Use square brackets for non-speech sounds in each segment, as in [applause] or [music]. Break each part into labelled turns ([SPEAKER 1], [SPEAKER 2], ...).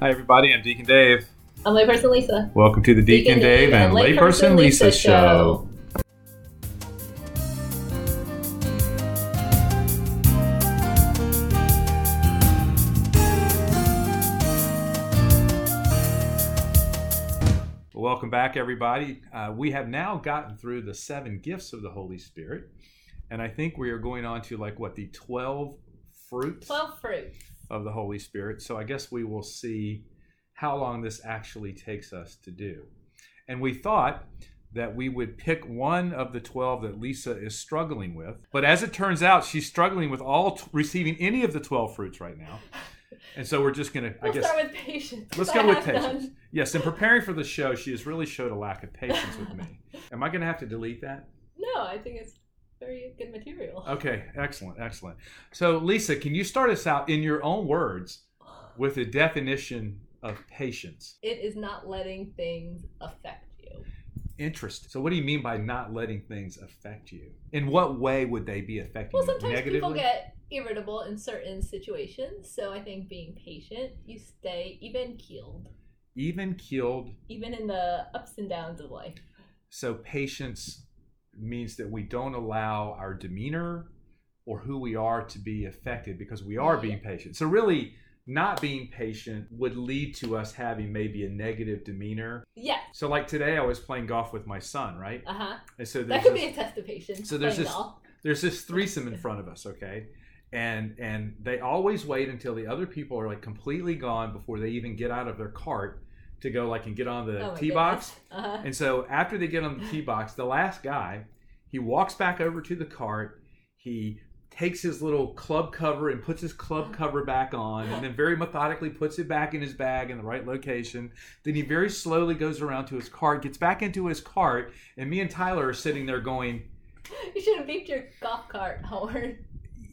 [SPEAKER 1] Hi, everybody. I'm Deacon Dave.
[SPEAKER 2] I'm layperson Lisa.
[SPEAKER 1] Welcome to the Deacon, Dave and Layperson Lisa, show. Welcome back, everybody. Uh, we have now gotten through the seven gifts of the Holy Spirit, and I think we are going on to like what the twelve fruits
[SPEAKER 2] Twelve fruits.
[SPEAKER 1] of the Holy Spirit. So I guess we will see how long this actually takes us to do. And we thought that we would pick one of the 12 that Lisa is struggling with. But as it turns out, she's struggling with all t- receiving any of the 12 fruits right now. And so we're just going to, I
[SPEAKER 2] We'll
[SPEAKER 1] guess,
[SPEAKER 2] start with patience.
[SPEAKER 1] let's
[SPEAKER 2] I
[SPEAKER 1] go with
[SPEAKER 2] have
[SPEAKER 1] patience.
[SPEAKER 2] none.
[SPEAKER 1] Yes, in preparing for the show, she has really showed a lack of patience with me. Am I going to have to delete that?
[SPEAKER 2] No, I think it's very good material.
[SPEAKER 1] Okay, excellent, excellent. So, Lisa, can you start us out in your own words with a definition of patience?
[SPEAKER 2] It is not letting things affect you.
[SPEAKER 1] Interest. So, what do you mean by not letting things affect you? In what way would they be affecting
[SPEAKER 2] Well,
[SPEAKER 1] you?
[SPEAKER 2] sometimes
[SPEAKER 1] Negatively?
[SPEAKER 2] people get irritable in certain situations, so I think being patient, you stay even keeled,
[SPEAKER 1] even keeled.
[SPEAKER 2] even in the ups and downs of life.
[SPEAKER 1] So, patience means that we don't allow our demeanor or who we are to be affected because we are being patient. So, really, not being patient would lead to us having maybe a negative demeanor.
[SPEAKER 2] Yes.
[SPEAKER 1] So, like today, I was playing golf with my son, right?
[SPEAKER 2] Uh huh.
[SPEAKER 1] And so there's
[SPEAKER 2] That could
[SPEAKER 1] this-
[SPEAKER 2] be a test of patience.
[SPEAKER 1] So there's
[SPEAKER 2] playing
[SPEAKER 1] this-
[SPEAKER 2] golf.
[SPEAKER 1] there's this threesome in front of us okay and and they always wait until the other people are like completely gone before they even get out of their cart to go like and get on the
[SPEAKER 2] Oh my
[SPEAKER 1] tee box
[SPEAKER 2] goodness. Uh-huh.
[SPEAKER 1] and so after they get on the
[SPEAKER 2] [laughs]
[SPEAKER 1] tee box the last guy he walks back over to the cart he takes his little club cover and puts his club cover back on and then very methodically puts it back in his bag in the right location then he very slowly goes around to his cart gets back into his cart and me and tyler are sitting there going
[SPEAKER 2] You should have beeped your golf cart horn.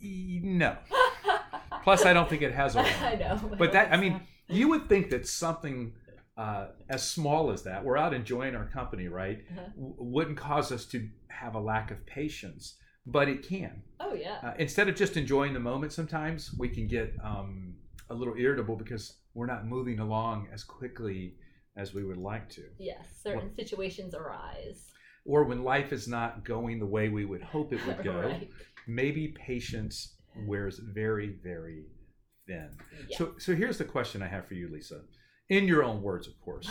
[SPEAKER 1] "E- no
[SPEAKER 2] [laughs]
[SPEAKER 1] Plus, I don't think it has a
[SPEAKER 2] I
[SPEAKER 1] ring.
[SPEAKER 2] know.
[SPEAKER 1] But that, I mean, you would think that something uh, as small as that, we're out enjoying our company, right,
[SPEAKER 2] Uh-huh.
[SPEAKER 1] w- wouldn't cause us to have a lack of patience, but it can.
[SPEAKER 2] Oh yeah.
[SPEAKER 1] Uh, instead of just enjoying the moment, sometimes we can get um, a little irritable because we're not moving along as quickly as we would like to.
[SPEAKER 2] Yes, certain situations arise.
[SPEAKER 1] Or when life is not going the way we would hope it
[SPEAKER 2] [laughs]
[SPEAKER 1] would go,
[SPEAKER 2] Right.
[SPEAKER 1] maybe patience wears very, very thin.
[SPEAKER 2] Yeah.
[SPEAKER 1] So, so here's the question I have for you, Lisa. In your own words, of
[SPEAKER 2] [laughs]
[SPEAKER 1] course.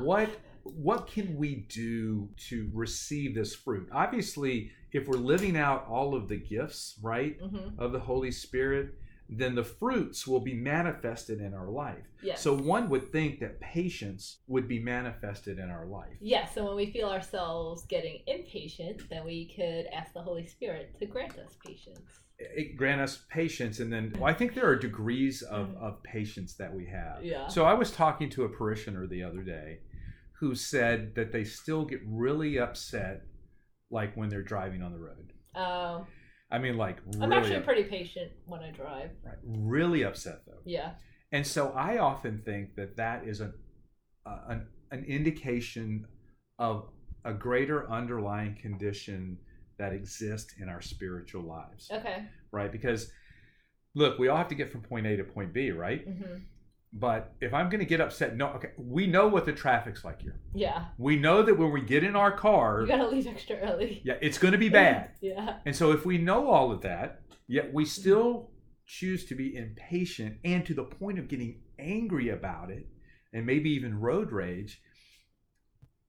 [SPEAKER 1] what what can we do to receive this fruit? Obviously, if we're living out all of the gifts, right,
[SPEAKER 2] Mhm.
[SPEAKER 1] of the Holy Spirit, then the fruits will be manifested in our life.
[SPEAKER 2] Yes.
[SPEAKER 1] So one would think that patience would be manifested in our life.
[SPEAKER 2] yeah, so when we feel ourselves getting impatient, then we could ask the Holy Spirit to grant us patience.
[SPEAKER 1] It grant us patience, and then well, I think there are degrees of, of patience that we have.
[SPEAKER 2] Mm-hmm. Yeah.
[SPEAKER 1] So I was talking to a parishioner the other day who said that they still get really upset like when they're driving on the road.
[SPEAKER 2] Um,
[SPEAKER 1] I mean like
[SPEAKER 2] I'm
[SPEAKER 1] really
[SPEAKER 2] actually pretty patient when I drive.
[SPEAKER 1] right, really upset though.
[SPEAKER 2] Yeah.
[SPEAKER 1] And so I often think that that is an uh, an, an indication of a greater underlying condition that exists in our spiritual lives,
[SPEAKER 2] Okay.
[SPEAKER 1] right? Because look, we all have to get from point A to point B, right?
[SPEAKER 2] hmm
[SPEAKER 1] But if I'm going to get upset, no, okay, we know what the traffic's like here.
[SPEAKER 2] Yeah.
[SPEAKER 1] We know that when we get in our car,
[SPEAKER 2] You gotta leave extra early.
[SPEAKER 1] yeah, it's going to be bad.
[SPEAKER 2] [laughs] yeah.
[SPEAKER 1] And so if we know all of that, yet we still choose to be impatient and to the point of getting angry about it and maybe even road rage,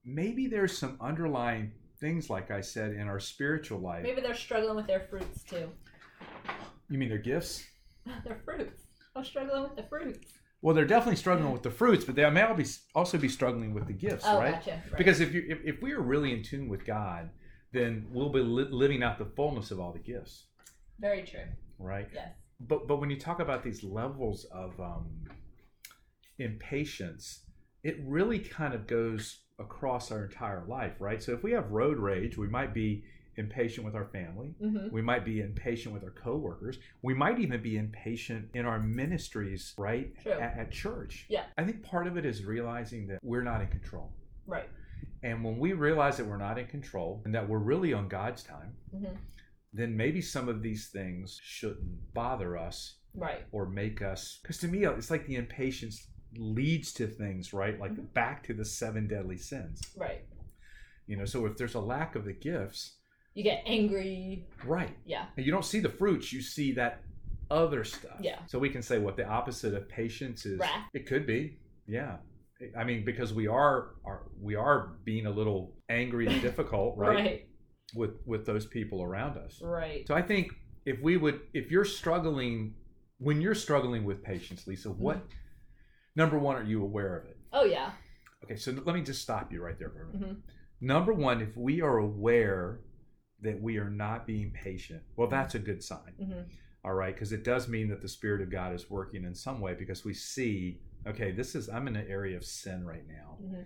[SPEAKER 1] maybe there's some underlying things like I said in our spiritual life.
[SPEAKER 2] Maybe they're struggling with their fruits too. [laughs]
[SPEAKER 1] You mean their gifts?
[SPEAKER 2] their fruits. I'm struggling with the fruits.
[SPEAKER 1] Well, they're definitely struggling with the fruits, but they may all be also be struggling with the gifts,
[SPEAKER 2] Oh,
[SPEAKER 1] right?
[SPEAKER 2] gotcha. Right.
[SPEAKER 1] Because if you if, if we are really in tune with God, then we'll be li- living out the fullness of all the gifts,
[SPEAKER 2] very true.
[SPEAKER 1] right?
[SPEAKER 2] Yes.
[SPEAKER 1] But but when you talk about these levels of um, impatience, it really kind of goes across our entire life, right? So if we have road rage, we might be impatient with our family.
[SPEAKER 2] Mm-hmm.
[SPEAKER 1] We might be impatient with our coworkers. We might even be impatient in our ministries, right?
[SPEAKER 2] True.
[SPEAKER 1] At, at church.
[SPEAKER 2] Yeah.
[SPEAKER 1] I think part of it is realizing that we're not in control.
[SPEAKER 2] Right.
[SPEAKER 1] And when we realize that we're not in control and that we're really on God's time,
[SPEAKER 2] Mhm.
[SPEAKER 1] then maybe some of these things shouldn't bother us
[SPEAKER 2] Right.
[SPEAKER 1] or make us. Because to me, it's like the impatience leads to things, right? Like
[SPEAKER 2] Mhm.
[SPEAKER 1] back to the seven deadly sins.
[SPEAKER 2] Right.
[SPEAKER 1] You know, so if there's a lack of the gifts,
[SPEAKER 2] You get angry.
[SPEAKER 1] right.
[SPEAKER 2] Yeah.
[SPEAKER 1] And you don't see the fruits, you see that other stuff.
[SPEAKER 2] Yeah.
[SPEAKER 1] So we can say what the opposite of patience is.
[SPEAKER 2] Wrath.
[SPEAKER 1] It could be. Yeah. I mean, because we are, are we are being a little angry
[SPEAKER 2] [laughs]
[SPEAKER 1] and difficult, right?
[SPEAKER 2] Right.
[SPEAKER 1] With with those people around us.
[SPEAKER 2] Right.
[SPEAKER 1] So I think if we would, if you're struggling, when you're struggling with patience, Lisa,
[SPEAKER 2] Mm-hmm.
[SPEAKER 1] what number one are you aware of it?
[SPEAKER 2] Oh yeah.
[SPEAKER 1] Okay, so let me just stop you right there for a minute.
[SPEAKER 2] Mhm.
[SPEAKER 1] Number one, if we are aware that we are not being patient, well, that's a good sign.
[SPEAKER 2] Mhm.
[SPEAKER 1] All right, because it does mean that the Spirit of God is working in some way because we see, okay, this is, I'm in an area of sin right now,
[SPEAKER 2] Mhm.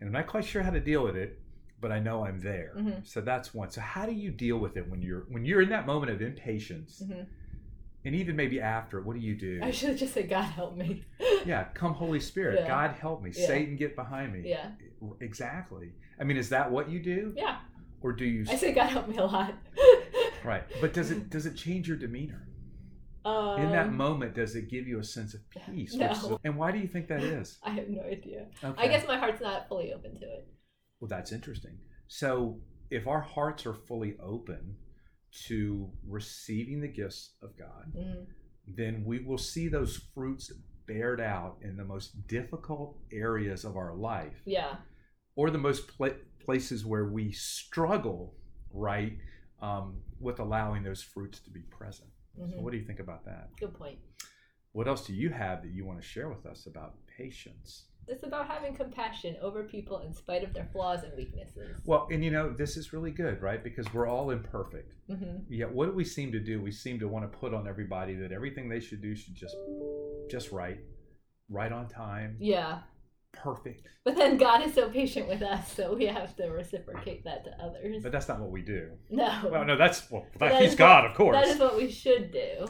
[SPEAKER 1] and I'm not quite sure how to deal with it. But I know I'm there,
[SPEAKER 2] Mhm.
[SPEAKER 1] so that's one. So how do you deal with it when you're when you're in that moment of impatience?
[SPEAKER 2] Mhm.
[SPEAKER 1] and even maybe after what do you do
[SPEAKER 2] I should have just said, God help me.
[SPEAKER 1] yeah come holy spirit
[SPEAKER 2] Yeah.
[SPEAKER 1] god help me
[SPEAKER 2] Yeah.
[SPEAKER 1] satan get behind me
[SPEAKER 2] yeah.
[SPEAKER 1] exactly i mean is that what you do
[SPEAKER 2] Yeah.
[SPEAKER 1] or do you
[SPEAKER 2] I say God help me a lot.
[SPEAKER 1] right but does it does it change your demeanor
[SPEAKER 2] [laughs] Um,
[SPEAKER 1] in that moment does it give you a sense of peace Which is-
[SPEAKER 2] no.
[SPEAKER 1] and why do you think that is
[SPEAKER 2] I have no idea.
[SPEAKER 1] okay
[SPEAKER 2] I guess my heart's not fully open to it.
[SPEAKER 1] well that's interesting so if our hearts are fully open to receiving the gifts of god
[SPEAKER 2] Mhm.
[SPEAKER 1] then we will see those fruits bared out in the most difficult areas of our life
[SPEAKER 2] Yeah.
[SPEAKER 1] or the most pla places where we struggle, right, um, with allowing those fruits to be present. So,
[SPEAKER 2] Mhm.
[SPEAKER 1] what do you think about that?
[SPEAKER 2] Good point.
[SPEAKER 1] What else do you have that you want to share with us about patience?
[SPEAKER 2] It's about having compassion over people in spite of their flaws and weaknesses.
[SPEAKER 1] Well, and you know, this is really good, right? Because we're all imperfect.
[SPEAKER 2] hmm
[SPEAKER 1] Yet, what do we seem to do? We seem to want to put on everybody that everything they should do should just, just right, right on time,
[SPEAKER 2] Yeah.
[SPEAKER 1] perfect.
[SPEAKER 2] But then God is so patient with us, so we have to reciprocate that to others.
[SPEAKER 1] But that's not what we do.
[SPEAKER 2] no.
[SPEAKER 1] Well, no, that's well, that,
[SPEAKER 2] That
[SPEAKER 1] he's
[SPEAKER 2] is
[SPEAKER 1] God, of course.
[SPEAKER 2] That is what we should do.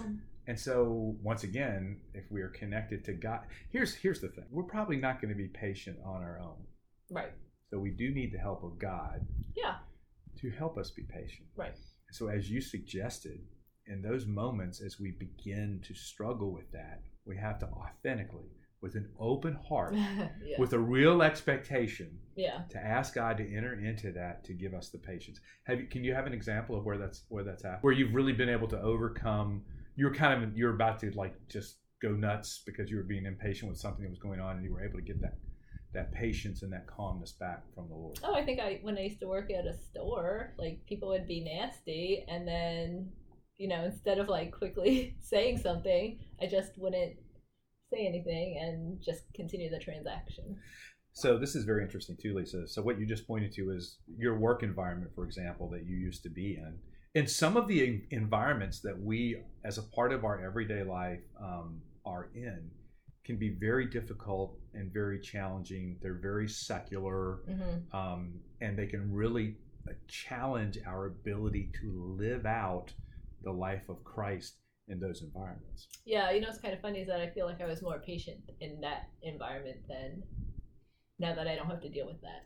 [SPEAKER 1] And so, once again, if we are connected to God, here's here's the thing: we're probably not going to be patient on our own.
[SPEAKER 2] Right.
[SPEAKER 1] So we do need the help of God.
[SPEAKER 2] Yeah.
[SPEAKER 1] To help us be patient.
[SPEAKER 2] Right.
[SPEAKER 1] So, as you suggested, in those moments, as we begin to struggle with that, we have to authentically, with an open heart,
[SPEAKER 2] [laughs] [laughs] yeah.
[SPEAKER 1] with a real expectation,
[SPEAKER 2] yeah.
[SPEAKER 1] to ask God to enter into that to give us the patience. Have you? Can you have an example of where that's where that's at? Where you've really been able to overcome? You're kind of you're about to like just go nuts because you were being impatient with something that was going on, and you were able to get that that patience and that calmness back from the Lord.
[SPEAKER 2] Oh, I think I when I used to work at a store, like people would be nasty, and then you know instead of like quickly [laughs] saying something, I just wouldn't say anything and just continue the transaction.
[SPEAKER 1] So this is very interesting too, Lisa. So what you just pointed to is your work environment, for example, that you used to be in. In some of the en- environments that we, as a part of our everyday life, um, are in, can be very difficult and very challenging. They're very secular,
[SPEAKER 2] hmm
[SPEAKER 1] um, and they can really uh, challenge our ability to live out the life of Christ in those environments.
[SPEAKER 2] Yeah, you know what's kind of funny is that I feel like I was more patient in that environment than now that I don't have to deal with that.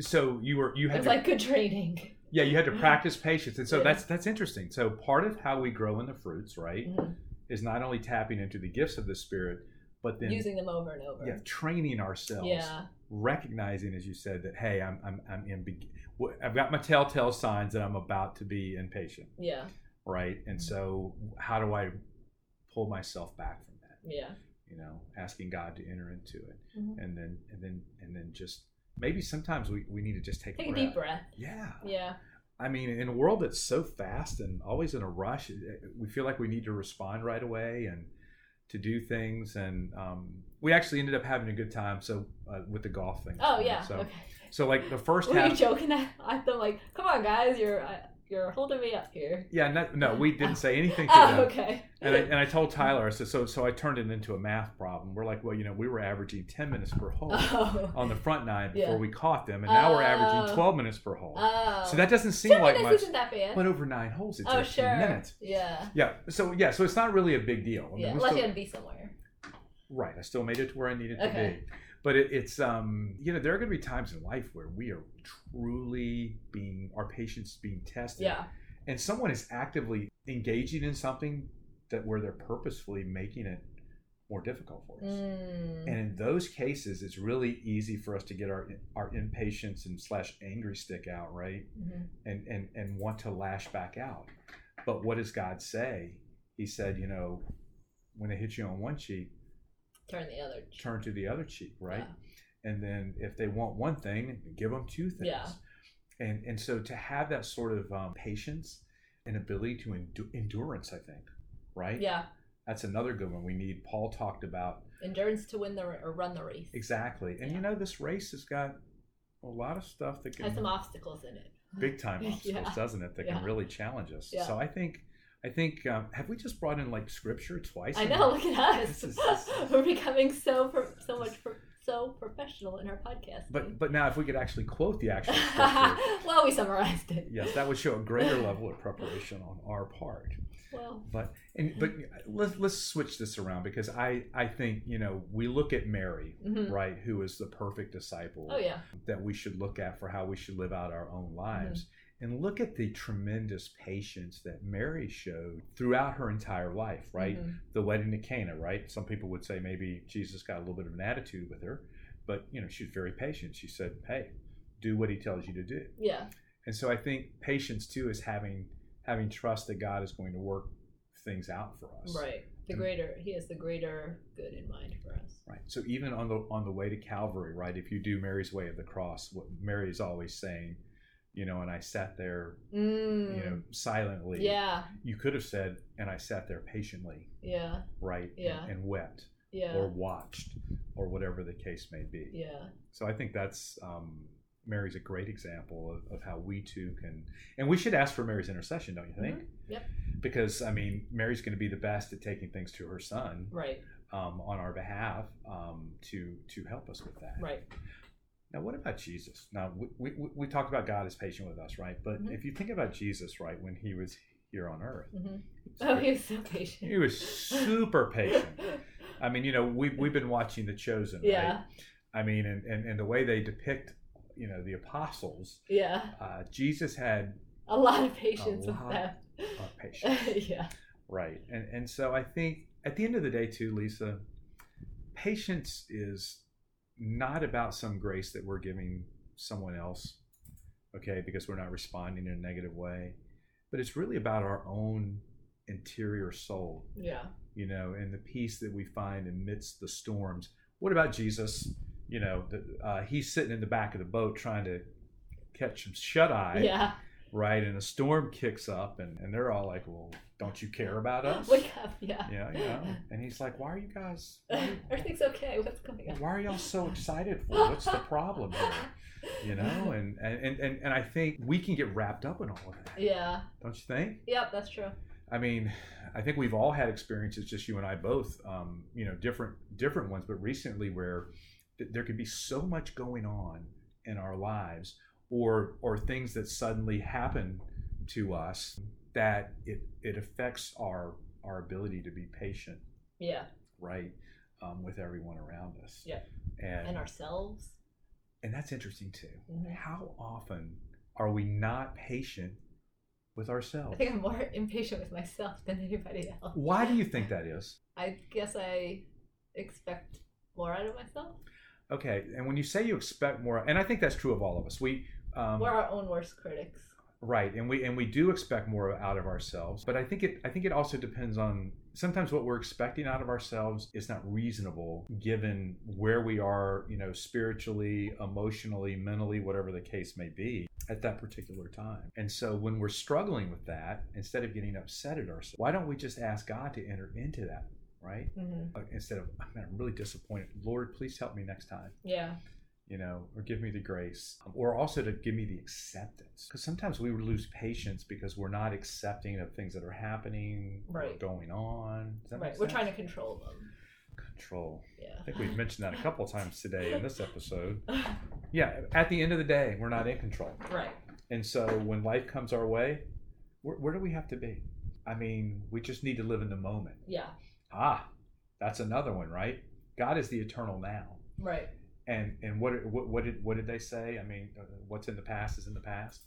[SPEAKER 1] So you were you had
[SPEAKER 2] It's
[SPEAKER 1] your-
[SPEAKER 2] like good training.
[SPEAKER 1] [laughs] Yeah, you had to practice patience, and so
[SPEAKER 2] Yeah.
[SPEAKER 1] that's that's interesting. So part of how we grow in the fruits, right,
[SPEAKER 2] Mhm.
[SPEAKER 1] is not only tapping into the gifts of the Spirit, but then
[SPEAKER 2] Using them over and over.
[SPEAKER 1] yeah, training ourselves,
[SPEAKER 2] Yeah.
[SPEAKER 1] recognizing, as you said, that hey, I'm I'm I'm ambig- wh- I've got my telltale signs that I'm about to be impatient,
[SPEAKER 2] Yeah.
[SPEAKER 1] right? And
[SPEAKER 2] Mhm.
[SPEAKER 1] so how do I pull myself back from that?
[SPEAKER 2] Yeah.
[SPEAKER 1] You know, asking God to enter into it,
[SPEAKER 2] Mhm.
[SPEAKER 1] and then and then and then just maybe sometimes we, we need to just take,
[SPEAKER 2] Take a deep breath.
[SPEAKER 1] Yeah.
[SPEAKER 2] Yeah.
[SPEAKER 1] I mean, in a world that's so fast and always in a rush, it- we feel like we need to respond right away and to do things. And um, we actually ended up having a good time. So uh, with the golf thing.
[SPEAKER 2] Oh yeah.
[SPEAKER 1] So,
[SPEAKER 2] okay.
[SPEAKER 1] so like the first
[SPEAKER 2] Were you
[SPEAKER 1] half.
[SPEAKER 2] joking [laughs] at at them? Like, come on, guys, you're uh, you're holding me up here.
[SPEAKER 1] Yeah, no, no, we didn't say anything to them.
[SPEAKER 2] Oh, okay.
[SPEAKER 1] And I, and I told Tyler, I said, so so I turned it into a math problem. We're like, well, you know, we were averaging ten minutes per hole
[SPEAKER 2] [laughs] [laughs] oh.
[SPEAKER 1] [laughs] on the front nine
[SPEAKER 2] Yeah.
[SPEAKER 1] before we caught them, and now we're averaging
[SPEAKER 2] Oh.
[SPEAKER 1] twelve minutes per hole.
[SPEAKER 2] Oh.
[SPEAKER 1] so that doesn't seem
[SPEAKER 2] Ten
[SPEAKER 1] like
[SPEAKER 2] minutes
[SPEAKER 1] much,
[SPEAKER 2] isn't that bad.
[SPEAKER 1] but over nine holes, it's
[SPEAKER 2] oh
[SPEAKER 1] 18
[SPEAKER 2] sure.
[SPEAKER 1] minutes.
[SPEAKER 2] Yeah.
[SPEAKER 1] Yeah. So yeah. So it's not really a big deal. I mean,
[SPEAKER 2] Yeah.
[SPEAKER 1] we
[SPEAKER 2] Unless
[SPEAKER 1] still-
[SPEAKER 2] you had to be somewhere.
[SPEAKER 1] right. I still made it to where I needed to
[SPEAKER 2] Okay.
[SPEAKER 1] be. But it, it's um, you know, there are going to be times in life where we are truly being our patience is being tested.
[SPEAKER 2] Yeah.
[SPEAKER 1] And someone is actively engaging in something that where they're purposefully making it more difficult for us.
[SPEAKER 2] Mm.
[SPEAKER 1] And in those cases, it's really easy for us to get our our impatience and slash angry stick out, right?
[SPEAKER 2] Mhm.
[SPEAKER 1] and and and want to lash back out. But what does God say? He said, you know, when they hit you on one cheek,
[SPEAKER 2] Turn the other. cheek.
[SPEAKER 1] turn to the other cheek, right?
[SPEAKER 2] Yeah.
[SPEAKER 1] And then if they want one thing, give them two things.
[SPEAKER 2] Yeah.
[SPEAKER 1] And and so to have that sort of um, patience and ability to endu- endurance, I think, right?
[SPEAKER 2] uh, Yeah.
[SPEAKER 1] That's another good one we need. Paul talked about
[SPEAKER 2] Endurance to win the or run the race.
[SPEAKER 1] exactly, and you
[SPEAKER 2] Yeah.
[SPEAKER 1] know this race has got a lot of stuff that can
[SPEAKER 2] Has some obstacles in it.
[SPEAKER 1] big time
[SPEAKER 2] [laughs]
[SPEAKER 1] obstacles,
[SPEAKER 2] Yeah.
[SPEAKER 1] doesn't it? That
[SPEAKER 2] Yeah.
[SPEAKER 1] can really challenge us.
[SPEAKER 2] Yeah.
[SPEAKER 1] So I think, I think, um, have we just brought in like scripture twice?
[SPEAKER 2] I know. Look at us.
[SPEAKER 1] This is- this is-
[SPEAKER 2] [laughs] We're becoming so pro- so much pro- so professional in our podcast.
[SPEAKER 1] But but now if we could actually quote the
[SPEAKER 2] [laughs]
[SPEAKER 1] actual scripture,
[SPEAKER 2] well, we summarized it.
[SPEAKER 1] yes, that would show a greater level of preparation on our part.
[SPEAKER 2] Well,
[SPEAKER 1] But and but let's let's switch this around because I I think you know we look at Mary
[SPEAKER 2] mhm.
[SPEAKER 1] right who is the perfect disciple
[SPEAKER 2] oh yeah,
[SPEAKER 1] that we should look at for how we should live out our own lives.
[SPEAKER 2] Mm-hmm.
[SPEAKER 1] And look at the tremendous patience that Mary showed throughout her entire life, right?
[SPEAKER 2] Mhm.
[SPEAKER 1] the wedding to Cana, right? Some people would say maybe Jesus got a little bit of an attitude with her, but you know, she was very patient. She said, "Hey, do what he tells you to do."
[SPEAKER 2] Yeah,
[SPEAKER 1] And so I think patience too is having having trust that God is going to work things out for us.
[SPEAKER 2] right. The
[SPEAKER 1] And-
[SPEAKER 2] greater he has the greater good in mind for us.
[SPEAKER 1] Right. So even on the on the way to Calvary, right? If you do Mary's way of the cross, what Mary is always saying, you know, and I sat there,
[SPEAKER 2] Mm.
[SPEAKER 1] you know, silently.
[SPEAKER 2] yeah,
[SPEAKER 1] You could have said, and I sat there patiently,
[SPEAKER 2] yeah,
[SPEAKER 1] right? and-
[SPEAKER 2] Yeah.
[SPEAKER 1] and wept
[SPEAKER 2] yeah,
[SPEAKER 1] or watched or whatever the case may be.
[SPEAKER 2] yeah.
[SPEAKER 1] So I think that's um, Mary's a great example of, of how we too can, and we should ask for Mary's intercession, don't you think?
[SPEAKER 2] Mm-hmm. Yep.
[SPEAKER 1] Because I mean, Mary's going to be the best at taking things to her son
[SPEAKER 2] Right,
[SPEAKER 1] um, on our behalf um, to to help us with that.
[SPEAKER 2] right.
[SPEAKER 1] Now, what about Jesus? Now we, we, we talked about God is patient with us, right? But
[SPEAKER 2] Mhm.
[SPEAKER 1] if you think about Jesus, right, when he was here on earth, [laughs]
[SPEAKER 2] hmm Oh, he was so patient.
[SPEAKER 1] he was super patient. I mean, you know, we we've been watching The Chosen,
[SPEAKER 2] [laughs] yeah,
[SPEAKER 1] right? I mean, and, and, and the way they depict, you know, the apostles,
[SPEAKER 2] yeah.
[SPEAKER 1] uh, Jesus had
[SPEAKER 2] A lot of patience
[SPEAKER 1] lot.
[SPEAKER 2] with that.
[SPEAKER 1] uh, patience,
[SPEAKER 2] [laughs] yeah.
[SPEAKER 1] right? And and so I think at the end of the day, too, Lisa, patience is not about some grace that we're giving someone else, okay, because we're not responding in a negative way, but it's really about our own interior soul,
[SPEAKER 2] Yeah.
[SPEAKER 1] you know, and the peace that we find amidst the storms. What about Jesus? You know, the, uh, he's sitting in the back of the boat trying to catch some shut eye.
[SPEAKER 2] yeah.
[SPEAKER 1] right? And a storm kicks up, and, and they're all like, "Well, don't you care about us?"
[SPEAKER 2] Wake up. Yeah.
[SPEAKER 1] yeah, yeah. And he's like, "Why are you
[SPEAKER 2] [laughs]
[SPEAKER 1] guys?
[SPEAKER 2] Everything's okay. What's going on?
[SPEAKER 1] Why are y'all so excited for? What's the problem here?" [laughs] You
[SPEAKER 2] [laughs]
[SPEAKER 1] know, and and and- and and I think we can get wrapped up in all of that,
[SPEAKER 2] Yeah.
[SPEAKER 1] don't you think?
[SPEAKER 2] Yep. That's true.
[SPEAKER 1] I mean, I think we've all had experiences, just you and I both, um, you know, different different ones, but recently where th- there could be so much going on in our lives, or or things that suddenly happen to us that it it affects our our ability to be patient,
[SPEAKER 2] Yeah.
[SPEAKER 1] right, um, with everyone around us.
[SPEAKER 2] Yeah.
[SPEAKER 1] and
[SPEAKER 2] And ourselves.
[SPEAKER 1] and that's interesting too.
[SPEAKER 2] Mhm.
[SPEAKER 1] How often are we not patient with
[SPEAKER 2] I [laughs]
[SPEAKER 1] ourselves?
[SPEAKER 2] think I'm more impatient with myself than anybody else.
[SPEAKER 1] Why do you think that is?
[SPEAKER 2] I guess I expect more out of myself.
[SPEAKER 1] Okay, and when you say you expect more, and I think that's true of all of us. We um,
[SPEAKER 2] We're our own worst critics.
[SPEAKER 1] right, and we and we do expect more out of ourselves. But I think it I think it also depends on sometimes what we're expecting out of ourselves is not reasonable given where we are, you know, spiritually, emotionally, mentally, whatever the case may be at that particular time. And so when we're struggling with that, instead of getting upset at ourselves, why don't we just ask God to enter into that, right?
[SPEAKER 2] hmm
[SPEAKER 1] Like, Instead of "Man, I'm really disappointed. Lord, please help me next time
[SPEAKER 2] Yeah.
[SPEAKER 1] you know, or give me the grace, um, or also to give me the acceptance. Because sometimes we lose patience because we're not accepting of things that are happening, or
[SPEAKER 2] Right.
[SPEAKER 1] going on. Does that
[SPEAKER 2] Right.
[SPEAKER 1] make
[SPEAKER 2] We're
[SPEAKER 1] sense?
[SPEAKER 2] trying to control them.
[SPEAKER 1] control.
[SPEAKER 2] Yeah.
[SPEAKER 1] I think we've mentioned that a couple times today in this episode. Yeah, at the end of the day, we're not in control.
[SPEAKER 2] [laughs] right.
[SPEAKER 1] And so when life comes our way, where, where do we have to be? I mean, we just need to live in the moment.
[SPEAKER 2] Yeah.
[SPEAKER 1] Ah, that's another one, right? God is the eternal now.
[SPEAKER 2] Right.
[SPEAKER 1] and and what what what did what did they say? I mean, uh, what's in the past is in the past,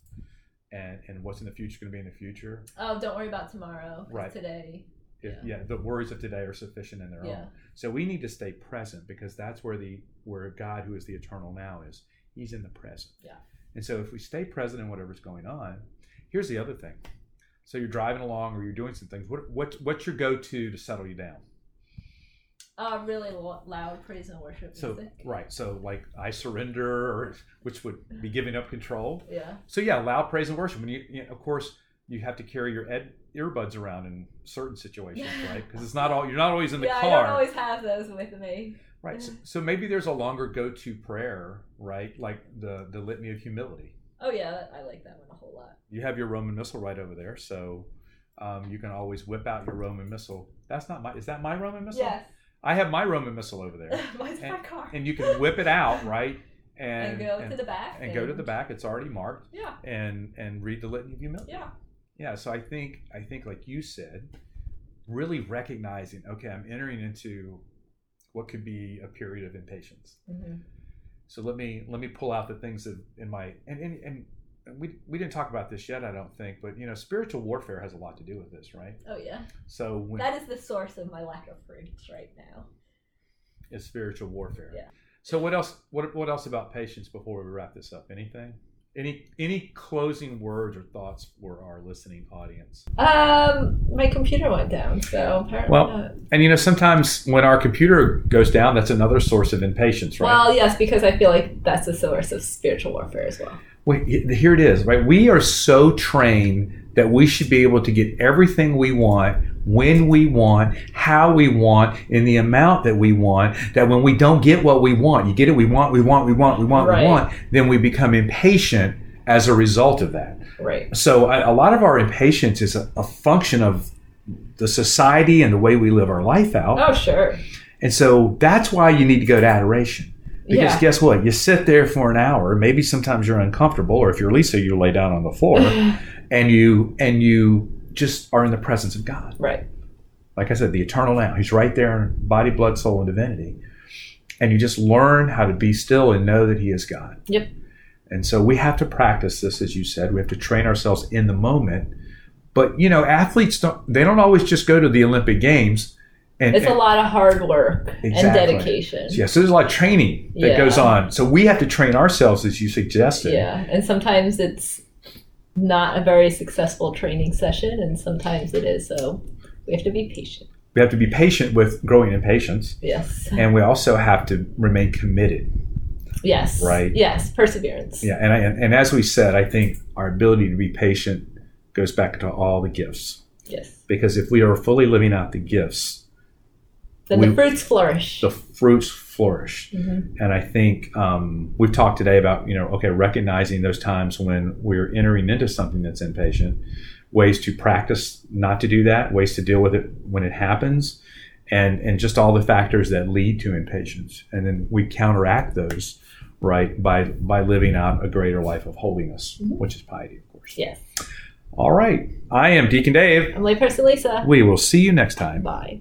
[SPEAKER 1] and and what's in the future is going to be in the future.
[SPEAKER 2] Oh, don't worry about tomorrow. 'cause
[SPEAKER 1] Right.
[SPEAKER 2] Today
[SPEAKER 1] If, yeah.
[SPEAKER 2] Yeah.
[SPEAKER 1] the words of today are sufficient in their
[SPEAKER 2] Yeah.
[SPEAKER 1] own. So we need to stay present because that's where the where God, who is the eternal now, is. He's in the present.
[SPEAKER 2] Yeah.
[SPEAKER 1] And so if we stay present in whatever's going on, here's the other thing. So you're driving along or you're doing some things. What what what's your go to to settle you down?
[SPEAKER 2] Uh, really lo- loud praise and worship
[SPEAKER 1] So
[SPEAKER 2] music.
[SPEAKER 1] right. So like I surrender, or which would be giving up control.
[SPEAKER 2] Yeah.
[SPEAKER 1] So yeah, loud praise and worship. When you, you of course, you have to carry your ed, earbuds around in certain situations,
[SPEAKER 2] Yeah.
[SPEAKER 1] right? Because it's not all you're not always in the
[SPEAKER 2] yeah, I
[SPEAKER 1] car,
[SPEAKER 2] don't always have those with me.
[SPEAKER 1] right? So, so maybe there's a longer go-to prayer, right? Like the the litany of humility.
[SPEAKER 2] Oh yeah, I like that one a whole lot.
[SPEAKER 1] You have your Roman missal right over there, so um, you can always whip out your Roman missal. That's not my. Is that my Roman missal?
[SPEAKER 2] Yes.
[SPEAKER 1] I have my Roman missal over there,
[SPEAKER 2] [laughs] Mine's in my car.
[SPEAKER 1] and you can whip it out, right? And
[SPEAKER 2] [laughs] And go
[SPEAKER 1] and-
[SPEAKER 2] to the back.
[SPEAKER 1] and go to the back. It's already marked.
[SPEAKER 2] Yeah.
[SPEAKER 1] and and read the litany of humility.
[SPEAKER 2] Yeah.
[SPEAKER 1] Yeah. So I think I think like you said, really recognizing okay, I'm entering into what could be a period of impatience.
[SPEAKER 2] Mhm.
[SPEAKER 1] So let me let me pull out the things that in my and and, and we, we didn't talk about this yet, I don't think, but you know, spiritual warfare has a lot to do with this, right?
[SPEAKER 2] Oh yeah.
[SPEAKER 1] So when
[SPEAKER 2] That is the source of my lack of prudence right now.
[SPEAKER 1] it's spiritual warfare.
[SPEAKER 2] Yeah.
[SPEAKER 1] So what else? What what else about patience before we wrap this up? Anything? Any any closing words or thoughts for our listening audience?
[SPEAKER 2] Um, my computer went down, so apparently
[SPEAKER 1] Well,
[SPEAKER 2] not.
[SPEAKER 1] And you know, sometimes when our computer goes down, that's another source of impatience, right?
[SPEAKER 2] Well, yes, because I feel like that's the source of spiritual warfare as well.
[SPEAKER 1] Wait, he- here it is, right? We are so trained that we should be able to get everything we want, when we want, how we want, in the amount that we want, that when we don't get what we want, you get it, we want, we want, we want, we want,
[SPEAKER 2] Right.
[SPEAKER 1] we want, then we become impatient as a result of that.
[SPEAKER 2] Right.
[SPEAKER 1] So I, a lot of our impatience is a, a function of the society and the way we live our life out.
[SPEAKER 2] Oh sure.
[SPEAKER 1] And so that's why you need to go to adoration. Because
[SPEAKER 2] Yeah.
[SPEAKER 1] guess what? You sit there for an hour. Maybe sometimes you're uncomfortable, or if you're Lisa, you lay down on the
[SPEAKER 2] [laughs]
[SPEAKER 1] floor and you and you just are in the presence of God.
[SPEAKER 2] right.
[SPEAKER 1] Like I said, the eternal now. He's right there in body, blood, soul, and divinity. And you just learn how to be still and know that He is God.
[SPEAKER 2] Yep.
[SPEAKER 1] And so we have to practice this, as you said. We have to train ourselves in the moment. But you know, athletes don't—they don't always just go to the Olympic Games. And,
[SPEAKER 2] It's a
[SPEAKER 1] and-
[SPEAKER 2] lot of hard work and
[SPEAKER 1] Exactly.
[SPEAKER 2] dedication.
[SPEAKER 1] yeah, so there's a lot of training that
[SPEAKER 2] Yeah.
[SPEAKER 1] goes on. So we have to train ourselves, as you suggested.
[SPEAKER 2] Yeah, and sometimes it's not a very successful training session, and sometimes it is. So we have to be patient.
[SPEAKER 1] We have to be patient with growing in patience,
[SPEAKER 2] Yes.
[SPEAKER 1] and we also have to remain committed.
[SPEAKER 2] Yes.
[SPEAKER 1] Right.
[SPEAKER 2] Yes. Perseverance.
[SPEAKER 1] Yeah, and I, and, and as we said, I think our ability to be patient goes back to all the gifts
[SPEAKER 2] Yes.
[SPEAKER 1] because if we are fully living out the gifts,
[SPEAKER 2] Then
[SPEAKER 1] We-
[SPEAKER 2] the fruits flourish.
[SPEAKER 1] the fruits flourish.
[SPEAKER 2] Mhm.
[SPEAKER 1] And I think um, we've talked today about you know okay recognizing those times when we're entering into something that's impatient, ways to practice not to do that, ways to deal with it when it happens, and and just all the factors that lead to impatience, and then we counteract those right by by living out a greater life of holiness,
[SPEAKER 2] Mhm.
[SPEAKER 1] which is piety, of course.
[SPEAKER 2] Yes.
[SPEAKER 1] All right, I am Deacon Dave.
[SPEAKER 2] I'm layperson Lisa.
[SPEAKER 1] We will see you next time.
[SPEAKER 2] Bye.